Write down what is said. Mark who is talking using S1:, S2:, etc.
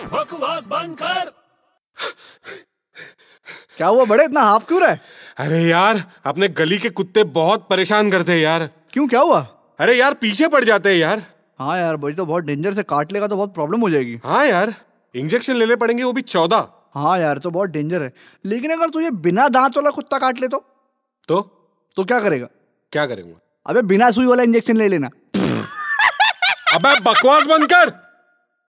S1: आवाज बंद कर
S2: क्या हुआ बड़े इतना हाफ क्यों रहा है
S3: अरे यार अपने गली के कुत्ते बहुत परेशान करते हैं यार
S2: क्यों क्या हुआ
S3: अरे यार पीछे पड़ जाते हैं यार
S2: हाँ यार भाई तो बहुत डेंजर से काट लेगा तो बहुत प्रॉब्लम हो जाएगी
S3: हाँ यार इंजेक्शन लेने पड़ेंगे वो भी चौदह
S2: हाँ यार तो बहुत डेंजर है लेकिन अगर तुझे बिना दांत वाला कुत्ता काट ले तो
S3: तो
S2: तो क्या करेगा
S3: क्या करेंगे
S2: अबे बिना सुई वाला इंजेक्शन ले लेना
S3: अबे बकवास बंद कर